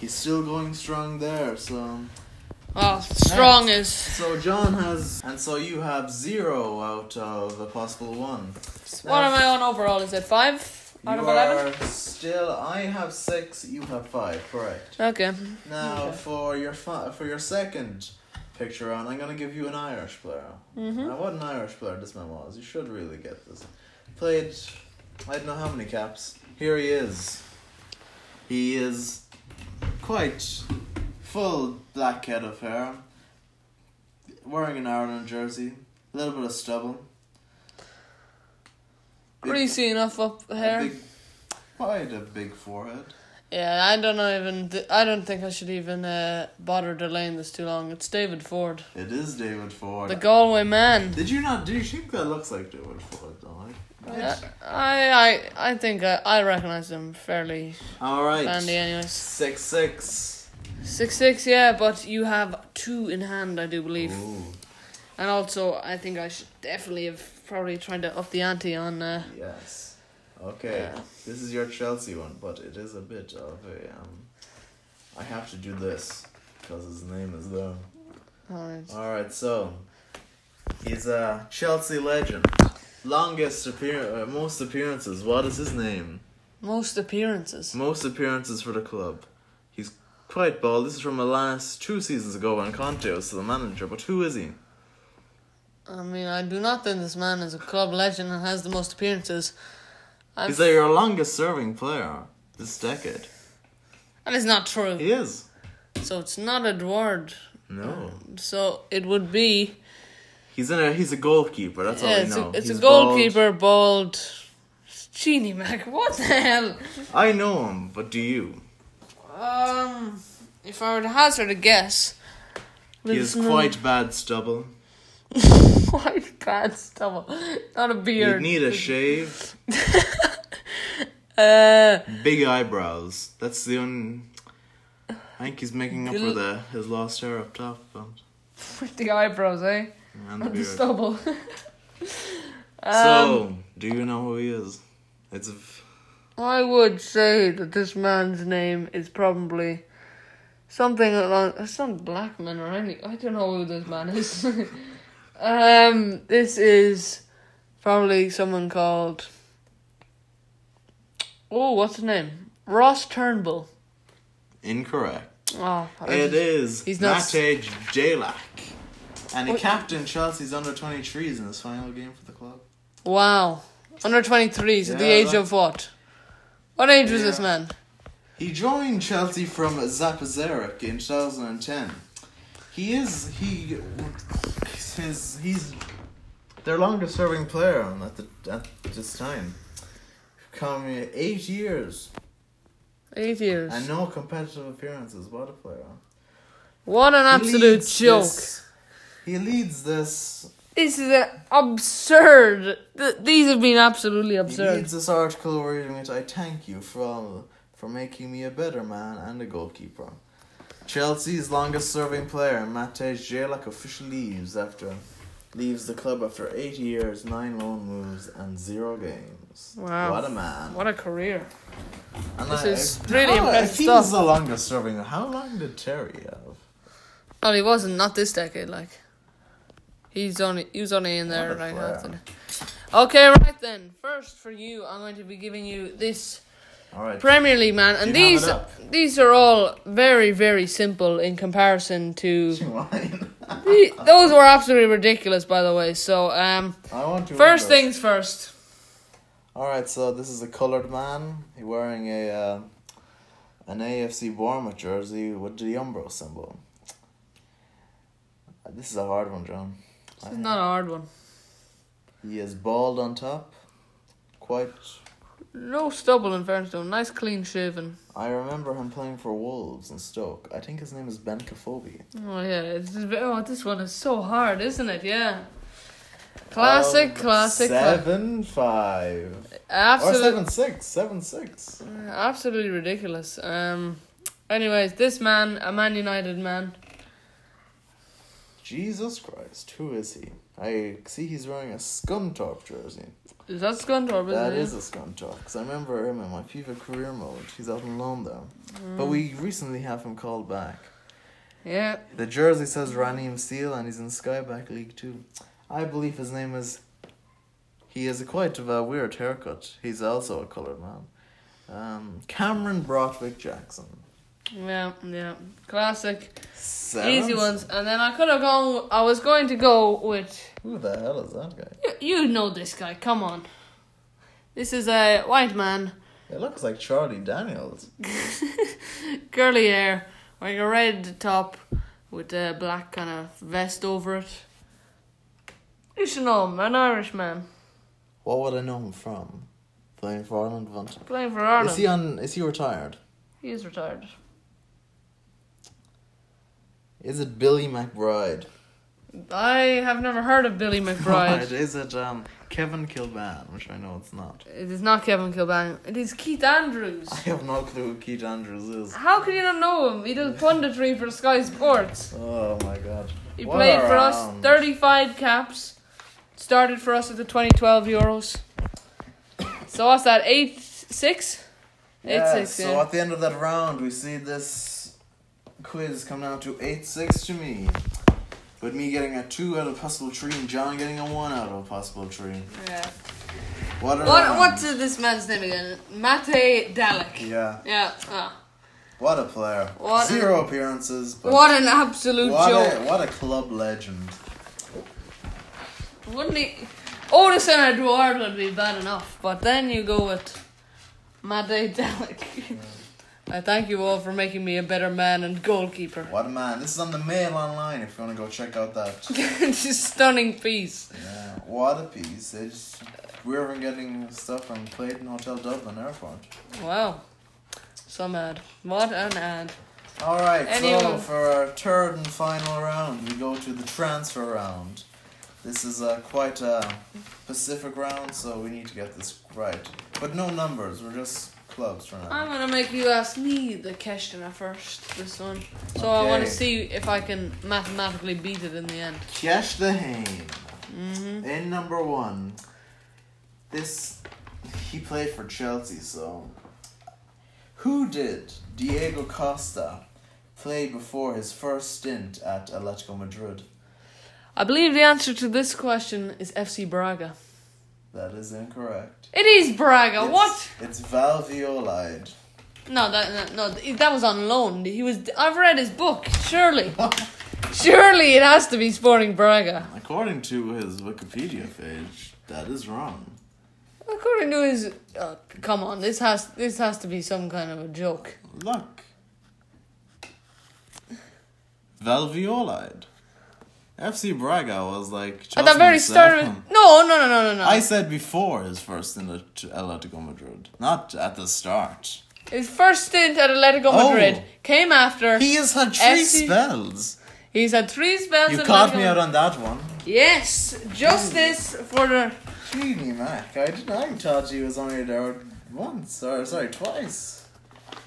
[SPEAKER 2] He's still going strong there, so.
[SPEAKER 1] oh, strong is
[SPEAKER 2] So John has. And so you have zero out of a possible one.
[SPEAKER 1] what am I on overall? Is it five out
[SPEAKER 2] you
[SPEAKER 1] of
[SPEAKER 2] are
[SPEAKER 1] eleven?
[SPEAKER 2] still. I have six. You have five. Correct.
[SPEAKER 1] Okay.
[SPEAKER 2] Now
[SPEAKER 1] Okay.
[SPEAKER 2] for your fi- for your second picture on, I'm gonna give you an Irish player.
[SPEAKER 1] Mm-hmm.
[SPEAKER 2] Now what an Irish player this man was. You should really get this. Played. I don't know how many caps. Here he is. He is quite full black head of hair, wearing an Ireland jersey, a little bit of stubble. Big-
[SPEAKER 1] Greasy enough up
[SPEAKER 2] a
[SPEAKER 1] here.
[SPEAKER 2] big- quite a big forehead.
[SPEAKER 1] Yeah, I don't know even. Th- I don't think I should even uh, bother delaying this too long. It's David Ford,
[SPEAKER 2] It is David Ford.
[SPEAKER 1] the Galway man.
[SPEAKER 2] Did you not? Do you think that looks like David Ford? Though? Like,
[SPEAKER 1] Uh, I I I think I, I recognize him fairly
[SPEAKER 2] All right.
[SPEAKER 1] handy, anyways.
[SPEAKER 2] Six six.
[SPEAKER 1] Six six, yeah, but you have two in hand, I do believe,
[SPEAKER 2] Ooh,
[SPEAKER 1] and also I think I should definitely have probably tried to up the ante on. Uh,
[SPEAKER 2] yes. Okay,
[SPEAKER 1] Yeah.
[SPEAKER 2] this is your Chelsea one, but it is a bit of a. Um, I have to do this because his name is there.
[SPEAKER 1] alright.
[SPEAKER 2] All right, so he's a Chelsea legend. Longest appear, uh, most appearances. What is his name?
[SPEAKER 1] Most appearances.
[SPEAKER 2] Most appearances for the club. He's quite bald. This is from the last two seasons ago when Conte was the manager. But who is he?
[SPEAKER 1] I mean, I do not think this man is a club legend and has the most appearances. I'm
[SPEAKER 2] He's like your longest serving player this decade.
[SPEAKER 1] that is not true.
[SPEAKER 2] He is.
[SPEAKER 1] So it's not Edward.
[SPEAKER 2] No.
[SPEAKER 1] So it would be.
[SPEAKER 2] He's in a he's a goalkeeper, that's all
[SPEAKER 1] yeah,
[SPEAKER 2] we
[SPEAKER 1] it's,
[SPEAKER 2] know.
[SPEAKER 1] a, it's a
[SPEAKER 2] Oh, He's bald.
[SPEAKER 1] goalkeeper, bald. Genie Mac, what the hell?
[SPEAKER 2] I know him, but do you?
[SPEAKER 1] Um, if I were to hazard a guess,
[SPEAKER 2] He has
[SPEAKER 1] Liverpool-
[SPEAKER 2] quite bad stubble.
[SPEAKER 1] quite bad stubble. Not a
[SPEAKER 2] You'd
[SPEAKER 1] beard.
[SPEAKER 2] need a shave.
[SPEAKER 1] uh,
[SPEAKER 2] Big eyebrows. That's the only I think he's making up for the his lost hair up top, but
[SPEAKER 1] with the eyebrows, eh?
[SPEAKER 2] and the
[SPEAKER 1] Not the
[SPEAKER 2] beard.
[SPEAKER 1] stubble. Um,
[SPEAKER 2] so, do you know who he is? It's v-
[SPEAKER 1] I would say that this man's name is probably something along some black man or any I don't know who this man is. um this is probably someone called Oh, what's his name? Ross Turnbull.
[SPEAKER 2] incorrect.
[SPEAKER 1] Oh, I
[SPEAKER 2] It
[SPEAKER 1] just-
[SPEAKER 2] is
[SPEAKER 1] he's
[SPEAKER 2] he's
[SPEAKER 1] not-
[SPEAKER 2] Matej Jalak. And he captained Chelsea's under 23s in his final game for the club.
[SPEAKER 1] Wow. Under 23s at the
[SPEAKER 2] Yeah,
[SPEAKER 1] age
[SPEAKER 2] that-
[SPEAKER 1] of what? What age was this
[SPEAKER 2] Yeah.
[SPEAKER 1] man?
[SPEAKER 2] He joined Chelsea from Zaporizhzhia in 2010. He is he his he's their longest serving player at the at this time. Coming eight years
[SPEAKER 1] Eight years.
[SPEAKER 2] and no competitive appearances. What a player!
[SPEAKER 1] What an
[SPEAKER 2] He
[SPEAKER 1] absolute
[SPEAKER 2] leads
[SPEAKER 1] joke.
[SPEAKER 2] this- he leads this
[SPEAKER 1] This is a absurd. Th- these have been absolutely
[SPEAKER 2] He
[SPEAKER 1] absurd.
[SPEAKER 2] leads this article reading it. I thank you for all, for making me a better man and a goalkeeper. Chelsea's longest serving player, Matej Jelak, officially leaves after leaves the club after eight years, nine loan moves, and zero games.
[SPEAKER 1] Wow.
[SPEAKER 2] What a man.
[SPEAKER 1] What a career.
[SPEAKER 2] and
[SPEAKER 1] this
[SPEAKER 2] I-
[SPEAKER 1] is
[SPEAKER 2] I-
[SPEAKER 1] really
[SPEAKER 2] how-
[SPEAKER 1] impressive
[SPEAKER 2] He
[SPEAKER 1] stuff.
[SPEAKER 2] was the longest serving. How long did Terry have?
[SPEAKER 1] Well, he wasn't. Not this decade. Like he's only he was only in there
[SPEAKER 2] What a
[SPEAKER 1] right
[SPEAKER 2] player.
[SPEAKER 1] after. Okay, right then. First for you, I'm going to be giving you this
[SPEAKER 2] All right.
[SPEAKER 1] Premier League man, and
[SPEAKER 2] Do you have
[SPEAKER 1] these
[SPEAKER 2] it up?
[SPEAKER 1] these are all very very simple in comparison to
[SPEAKER 2] Wine.
[SPEAKER 1] The- those were absolutely ridiculous, by the way. So um,
[SPEAKER 2] I want to.
[SPEAKER 1] first
[SPEAKER 2] remember.
[SPEAKER 1] things first.
[SPEAKER 2] All right, so this is a colored man. He wearing a uh, an AFC Bournemouth jersey with the Umbro symbol. Uh, This is a hard one, John.
[SPEAKER 1] This is not a hard one.
[SPEAKER 2] He is bald on top. Quite.
[SPEAKER 1] No stubble in fairness to him. Nice clean shaven.
[SPEAKER 2] I remember him playing for Wolves and Stoke. I think his name is Ben Kafobi.
[SPEAKER 1] Oh yeah, it's just, ve- oh this one is so hard, isn't it? Yeah. Classic,
[SPEAKER 2] Um,
[SPEAKER 1] classic, classic.
[SPEAKER 2] Seven five or
[SPEAKER 1] Absolutely.
[SPEAKER 2] seven six, seven six.
[SPEAKER 1] Absolutely ridiculous. Um, anyways, this man, a Man United man.
[SPEAKER 2] Jesus Christ, who is he? I see he's wearing a Scunthorpe jersey.
[SPEAKER 1] Is that Scunthorpe?
[SPEAKER 2] That
[SPEAKER 1] isn't
[SPEAKER 2] is a scum talk. Cause I remember him in my FIFA career mode. He's out on loan though,
[SPEAKER 1] Mm.
[SPEAKER 2] but we recently have him called back.
[SPEAKER 1] it? Yeah.
[SPEAKER 2] The jersey says Raneem Seal, and he's in Skyback League Two. I believe his name is. He has a quite of a weird haircut. He's also a colored man. Um, Cameron Broadwick Jackson.
[SPEAKER 1] Yeah, yeah. Classic.
[SPEAKER 2] Seven?
[SPEAKER 1] Easy ones. And then I could have gone, I was going to go with.
[SPEAKER 2] Who the hell is that guy?
[SPEAKER 1] You, you know this guy, come on. This is a white man,
[SPEAKER 2] It looks like Charlie Daniels.
[SPEAKER 1] curly hair, wearing a red top with a black kind of vest over it. You should know him, an Irish man,
[SPEAKER 2] What would I know him from? Playing for Ireland. Vantage.
[SPEAKER 1] playing for
[SPEAKER 2] Is he
[SPEAKER 1] Ireland.
[SPEAKER 2] on? Is he retired?
[SPEAKER 1] He is retired.
[SPEAKER 2] Is it Billy McBride?
[SPEAKER 1] I have never heard of Billy
[SPEAKER 2] Right,
[SPEAKER 1] McBride.
[SPEAKER 2] Is it um Kevin Kilban, which I know it's not.
[SPEAKER 1] it is not Kevin Kilbane. It is Keith Andrews.
[SPEAKER 2] I have no clue who Keith Andrews is.
[SPEAKER 1] How can you not know him? He does punditry for Sky Sports.
[SPEAKER 2] Oh my god.
[SPEAKER 1] He
[SPEAKER 2] What
[SPEAKER 1] played
[SPEAKER 2] a
[SPEAKER 1] for us
[SPEAKER 2] round.
[SPEAKER 1] 35 caps. Started for us at the 2012 Euros. So what's that? 8 6? 8
[SPEAKER 2] Yeah,
[SPEAKER 1] 6,
[SPEAKER 2] so
[SPEAKER 1] yeah.
[SPEAKER 2] at the end of that round, we see this quiz come down to 8 6 to me. With me getting a 2 out of possible 3 and John getting a 1 out of possible 3.
[SPEAKER 1] yeah.
[SPEAKER 2] What a
[SPEAKER 1] What,
[SPEAKER 2] round.
[SPEAKER 1] what's this man's name again? Mate Dalek.
[SPEAKER 2] Yeah,
[SPEAKER 1] Yeah. ah.
[SPEAKER 2] what a player.
[SPEAKER 1] What a-
[SPEAKER 2] Zero appearances, but
[SPEAKER 1] What an absolute
[SPEAKER 2] what
[SPEAKER 1] joke.
[SPEAKER 2] a, what a club legend.
[SPEAKER 1] Wouldn't he? Otis and Eduard would be bad enough, but then you go with Mate Dalek. I thank you all for making me a better man and goalkeeper.
[SPEAKER 2] What a man. This is on the mail online if you want to go check out that.
[SPEAKER 1] Just stunning piece.
[SPEAKER 2] Yeah, what a piece. They just, we were getting stuff from Clayton Hotel Dublin Airport.
[SPEAKER 1] Wow. Some ad. What an ad.
[SPEAKER 2] Alright, so
[SPEAKER 1] Anyway.
[SPEAKER 2] for our third and final round, we go to the transfer round. This is uh, quite a Pacific round, so we need to get this right. But no numbers, we're just clubs for now.
[SPEAKER 1] I'm gonna make you ask me the question at first, this one. So I wanna
[SPEAKER 2] Okay.
[SPEAKER 1] see if I can mathematically beat it in the end.
[SPEAKER 2] Cash the Hain.
[SPEAKER 1] Mm-hmm.
[SPEAKER 2] In number one, this he played for Chelsea, so who did Diego Costa play before his first stint at Atletico Madrid?
[SPEAKER 1] I believe the answer to this question is FC Braga.
[SPEAKER 2] That is incorrect.
[SPEAKER 1] It is Braga.
[SPEAKER 2] It's-
[SPEAKER 1] Uh, What?
[SPEAKER 2] It's Val Violide.
[SPEAKER 1] No, that no, no, that was on loan. He was. I've read his book. Surely, surely it has to be Sporting Braga.
[SPEAKER 2] According to his Wikipedia page, that is wrong.
[SPEAKER 1] According to his, uh, come on, this has this has to be some kind of a joke.
[SPEAKER 2] Look. Val Violide. FC Braga was like
[SPEAKER 1] At the very start, of, no, no, no, no, no, no.
[SPEAKER 2] I said before his first stint at Atletico Madrid, not at the start.
[SPEAKER 1] His first stint at Atletico
[SPEAKER 2] Oh.
[SPEAKER 1] Madrid came after
[SPEAKER 2] He has had three
[SPEAKER 1] FC
[SPEAKER 2] spells.
[SPEAKER 1] he's had three spells.
[SPEAKER 2] You
[SPEAKER 1] at
[SPEAKER 2] caught
[SPEAKER 1] Atletico-
[SPEAKER 2] me out on that one.
[SPEAKER 1] Yes, justice for the.
[SPEAKER 2] Genie Mac, I didn't. I thought he was only there once or sorry twice.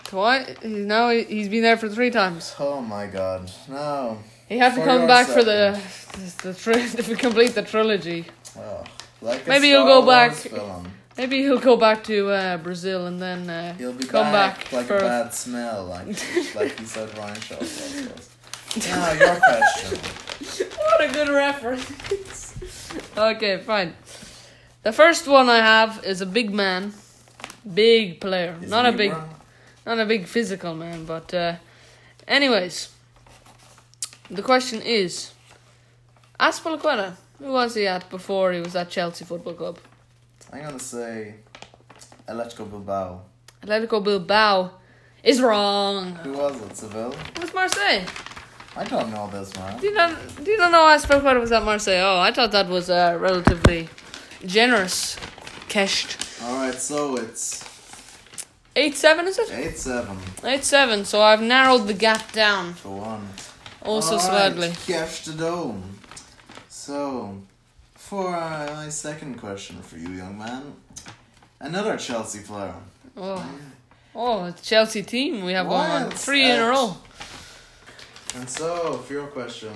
[SPEAKER 1] Twice. Now he- he's been there for three times.
[SPEAKER 2] Oh my god. No.
[SPEAKER 1] He had to
[SPEAKER 2] For
[SPEAKER 1] come
[SPEAKER 2] your
[SPEAKER 1] back for the the, the tri- to complete the trilogy.
[SPEAKER 2] Oh, like a
[SPEAKER 1] Maybe
[SPEAKER 2] Star
[SPEAKER 1] you'll go
[SPEAKER 2] Wars
[SPEAKER 1] back-
[SPEAKER 2] Film.
[SPEAKER 1] Maybe he'll go back to uh, Brazil and then uh,
[SPEAKER 2] He'll be
[SPEAKER 1] come
[SPEAKER 2] back,
[SPEAKER 1] back,
[SPEAKER 2] like
[SPEAKER 1] for
[SPEAKER 2] a bad smell, like like he said Ryan Shaw was. Now your question.
[SPEAKER 1] What a good reference. okay, fine. The first one I have is a big man, big player.
[SPEAKER 2] Is
[SPEAKER 1] not a
[SPEAKER 2] he
[SPEAKER 1] big,
[SPEAKER 2] wrong?
[SPEAKER 1] not a big physical man, but uh, anyways, the question is: Aspilicueta. Who was he at before he was at Chelsea Football Club?
[SPEAKER 2] I'm gonna say Atletico Bilbao.
[SPEAKER 1] Atletico Bilbao is wrong.
[SPEAKER 2] Who was it? Seville?
[SPEAKER 1] It was Marseille.
[SPEAKER 2] I don't know this man.
[SPEAKER 1] Do you not do you not know Aspilicueta was at Marseille? Oh, I thought that was a relatively generous cash.
[SPEAKER 2] Alright, so it's
[SPEAKER 1] Eight seven is it?
[SPEAKER 2] eight seven
[SPEAKER 1] Eight seven. So I've narrowed the gap down
[SPEAKER 2] for one.
[SPEAKER 1] also
[SPEAKER 2] All right,
[SPEAKER 1] slightly.
[SPEAKER 2] catch the dome. So, for uh, my second question for you, young man, another Chelsea player.
[SPEAKER 1] Oh, oh, it's Chelsea team. We have one on
[SPEAKER 2] Wild
[SPEAKER 1] three in a
[SPEAKER 2] out.
[SPEAKER 1] row.
[SPEAKER 2] And so, for your question,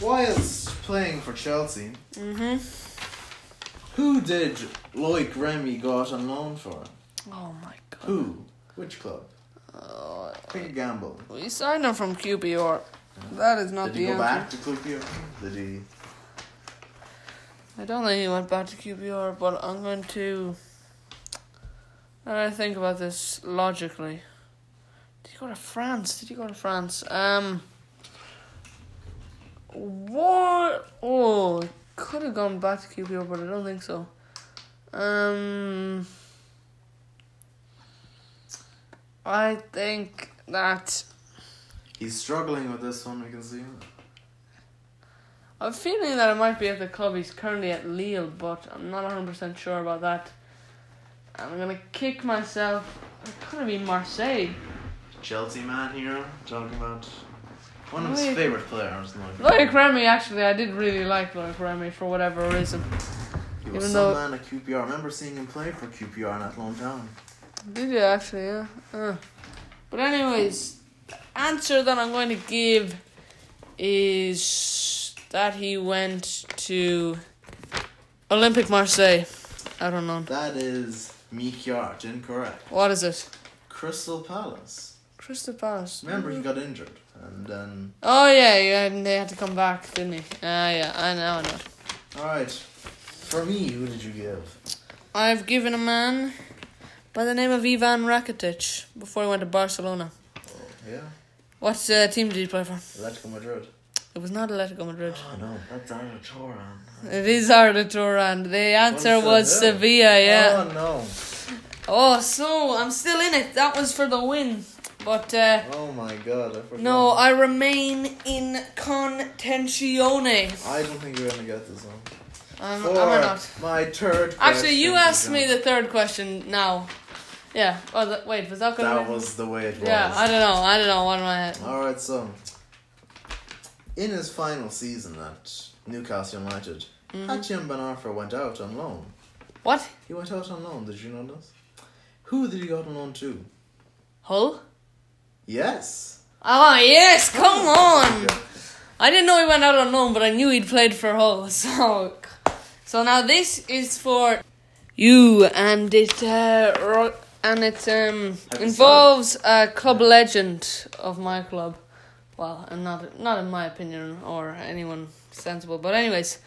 [SPEAKER 2] whilst playing for Chelsea,
[SPEAKER 1] Mhm.
[SPEAKER 2] who did Loic Remy got on loan for?
[SPEAKER 1] Oh my god.
[SPEAKER 2] Who? Which club?
[SPEAKER 1] Oh,
[SPEAKER 2] Take a gamble.
[SPEAKER 1] we signed him from QPR. That is not
[SPEAKER 2] Did he
[SPEAKER 1] the
[SPEAKER 2] go
[SPEAKER 1] answer.
[SPEAKER 2] back to club here? Did he?
[SPEAKER 1] I don't think he went back to QPR, but I'm going to. Now that I think about this logically. Did he go to France? Did he go to France? Um. What? Oh, he could have gone back to QPR, but I don't think so. Um. I think that
[SPEAKER 2] He's struggling with this one. We can see.
[SPEAKER 1] I'm feeling that it might be at the club he's currently at Lille, but I'm not 100% sure about that. I'm gonna kick myself. It could have been Marseille.
[SPEAKER 2] Chelsea man here talking about one of
[SPEAKER 1] Loic-
[SPEAKER 2] his favorite players.
[SPEAKER 1] Loic Remy, actually, I did really like Loic Remy for whatever reason.
[SPEAKER 2] He
[SPEAKER 1] Even
[SPEAKER 2] was
[SPEAKER 1] though-
[SPEAKER 2] some man at QPR. I remember seeing him play for QPR not long down.
[SPEAKER 1] Did you actually? Yeah. Uh. But anyways, the answer that I'm going to give is that he went to Olympic Marseille. I don't know.
[SPEAKER 2] That is Mikyart, incorrect.
[SPEAKER 1] What is it?
[SPEAKER 2] Crystal Palace.
[SPEAKER 1] Crystal Palace.
[SPEAKER 2] Remember he got injured and then
[SPEAKER 1] Oh yeah, yeah, and they had to come back, didn't he? Ah yeah, I know, I know.
[SPEAKER 2] Alright. For me, who did you give?
[SPEAKER 1] I've given a man by the name of Ivan Rakitic before he went to Barcelona.
[SPEAKER 2] Oh, yeah.
[SPEAKER 1] What uh, team did he play for?
[SPEAKER 2] Atletico Madrid.
[SPEAKER 1] It was not Atletico Madrid.
[SPEAKER 2] Oh no, that's Arna Toran.
[SPEAKER 1] It is Arda Turan. The answer was
[SPEAKER 2] Sevilla.
[SPEAKER 1] Sevilla, yeah.
[SPEAKER 2] Oh no.
[SPEAKER 1] Oh, so I'm still in it. That was for the win. But uh,
[SPEAKER 2] Oh my god, I forgot.
[SPEAKER 1] no, uh, I remain in contenzione.
[SPEAKER 2] I don't think you're gonna get this one.
[SPEAKER 1] I'm,
[SPEAKER 2] For
[SPEAKER 1] am I not?
[SPEAKER 2] my third
[SPEAKER 1] Actually, you
[SPEAKER 2] question,
[SPEAKER 1] asked me
[SPEAKER 2] John.
[SPEAKER 1] the third question now. Yeah. Oh, th- wait, was that going to
[SPEAKER 2] That was the way it was.
[SPEAKER 1] Yeah, I don't know. I don't know. What am I at?
[SPEAKER 2] All right, so in his final season at Newcastle United,
[SPEAKER 1] Mm-hmm.
[SPEAKER 2] Hachim Ben Arfa went out on loan.
[SPEAKER 1] What?
[SPEAKER 2] He went out on loan. Did you know this? Who did he go out on loan to?
[SPEAKER 1] Hull?
[SPEAKER 2] Yes.
[SPEAKER 1] Oh, yes, come on! I didn't know he went out on loan, but I knew he'd played for Hull, so. So now this is for you, and it, uh, ro- and it, um,
[SPEAKER 2] Happy
[SPEAKER 1] involves a club legend of my club. Well, and not, not in my opinion, or anyone sensible, but anyways.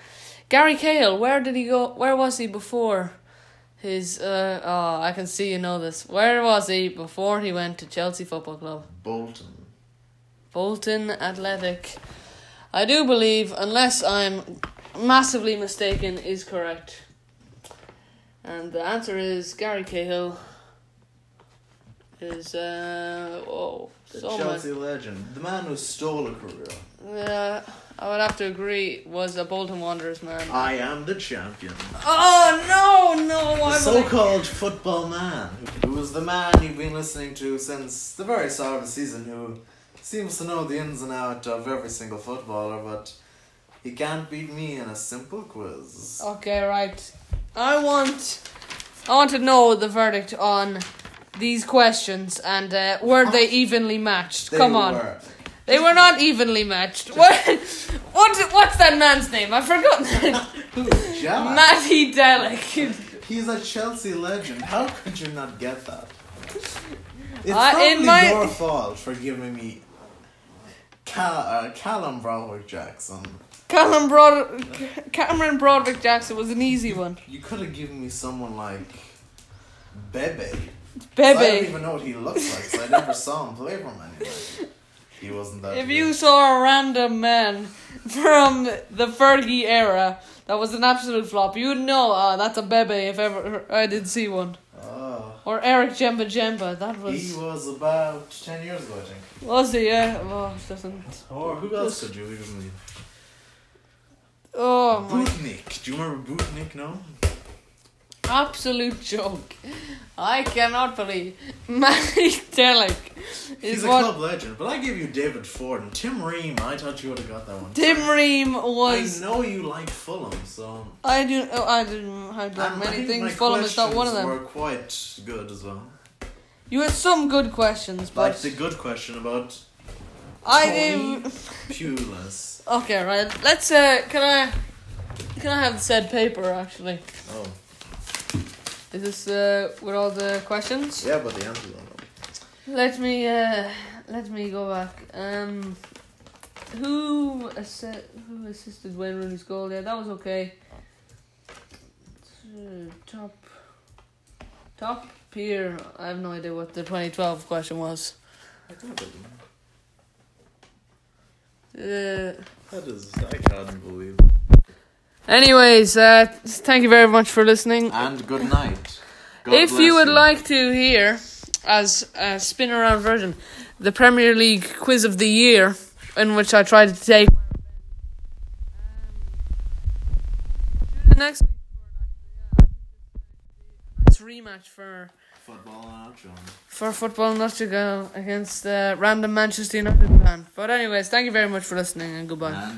[SPEAKER 1] Gary Cahill, where did he go, where was he before his, uh, oh, I can see you know this. Where was he before he went to Chelsea Football Club?
[SPEAKER 2] Bolton.
[SPEAKER 1] Bolton Athletic. I do believe, unless I'm massively mistaken, is correct. And the answer is Gary Cahill is uh oh
[SPEAKER 2] The
[SPEAKER 1] so much.
[SPEAKER 2] Chelsea legend. The man who stole a career.
[SPEAKER 1] Yeah, I would have to agree was a Bolton Wanderers man.
[SPEAKER 2] I am the champion.
[SPEAKER 1] Oh no no
[SPEAKER 2] The
[SPEAKER 1] I
[SPEAKER 2] so
[SPEAKER 1] believe-
[SPEAKER 2] called football man. Who was the man you've been listening to since the very start of the season, who seems to know the ins and outs of every single footballer, but he can't beat me in a simple quiz.
[SPEAKER 1] Okay right. I want I want to know the verdict on these questions and uh, were they evenly matched?
[SPEAKER 2] Ah. They
[SPEAKER 1] Come on.
[SPEAKER 2] were.
[SPEAKER 1] They were not evenly matched. What? what what's that man's name? I've forgotten.
[SPEAKER 2] Who? Jack?
[SPEAKER 1] Matty Dalek.
[SPEAKER 2] He's a Chelsea legend. How could you not get that? It's
[SPEAKER 1] I-
[SPEAKER 2] probably
[SPEAKER 1] Uh, in my-
[SPEAKER 2] your fault for giving me Cal- uh, Callum Broadwick Jackson.
[SPEAKER 1] Cameron Broad- Cameron Broadwick Jackson was an easy one.
[SPEAKER 2] You could have given me someone like Bebe. I don't
[SPEAKER 1] Bebe.
[SPEAKER 2] even know what he looks like, so I never saw him play from anybody. He wasn't that.
[SPEAKER 1] If
[SPEAKER 2] good.
[SPEAKER 1] you saw a random man from the Fergie era that was an absolute flop, you'd know ah that's a Bebe if ever I did see one.
[SPEAKER 2] Oh,
[SPEAKER 1] Or Eric Jemba Jemba. That
[SPEAKER 2] he
[SPEAKER 1] was
[SPEAKER 2] was about ten years ago, I think.
[SPEAKER 1] was he? Yeah. Oh, doesn't.
[SPEAKER 2] Or who else could you even leave?
[SPEAKER 1] Oh my
[SPEAKER 2] Bootnik. Do you remember Bootnik? No.
[SPEAKER 1] Absolute joke. I cannot believe Matty Telek
[SPEAKER 2] He's
[SPEAKER 1] is
[SPEAKER 2] a
[SPEAKER 1] what
[SPEAKER 2] club legend, but I give you David Ford and Tim Ream. I thought you would have got that one.
[SPEAKER 1] Tim Ream
[SPEAKER 2] I
[SPEAKER 1] was.
[SPEAKER 2] know you like Fulham, so
[SPEAKER 1] I do. Oh, I didn't. I don't
[SPEAKER 2] And
[SPEAKER 1] have
[SPEAKER 2] I
[SPEAKER 1] many
[SPEAKER 2] think my
[SPEAKER 1] things. Fulham is not one of them.
[SPEAKER 2] questions Were quite good as well.
[SPEAKER 1] You had some good questions, but
[SPEAKER 2] Like the good question about
[SPEAKER 1] I
[SPEAKER 2] Tony.
[SPEAKER 1] did.
[SPEAKER 2] Pulis.
[SPEAKER 1] Okay, right. Let's. Uh, can I? Can I have the said paper? Actually,
[SPEAKER 2] Oh,
[SPEAKER 1] is this uh, with all the questions?
[SPEAKER 2] yeah, but the answer don't know.
[SPEAKER 1] Let me uh, let me go back. Um, who assi- who assisted Wayne Rooney's goal? Yeah, that was okay. Uh, Top top peer. I have no idea what the twenty twelve question was.
[SPEAKER 2] I can't believe
[SPEAKER 1] Uh,
[SPEAKER 2] that is. I can't believe. it.
[SPEAKER 1] anyways, uh, thank you very much for listening.
[SPEAKER 2] And good night. God
[SPEAKER 1] if
[SPEAKER 2] bless
[SPEAKER 1] you would like to hear, as a spin around version, the Premier League quiz of the year, in which I tried to take. Um, tune in next week for it, actually, yeah, I think it's going to be a nice rematch for
[SPEAKER 2] football and outro.
[SPEAKER 1] for football not to go against the random Manchester United fan. But anyways, thank you very much for listening and goodbye.
[SPEAKER 2] And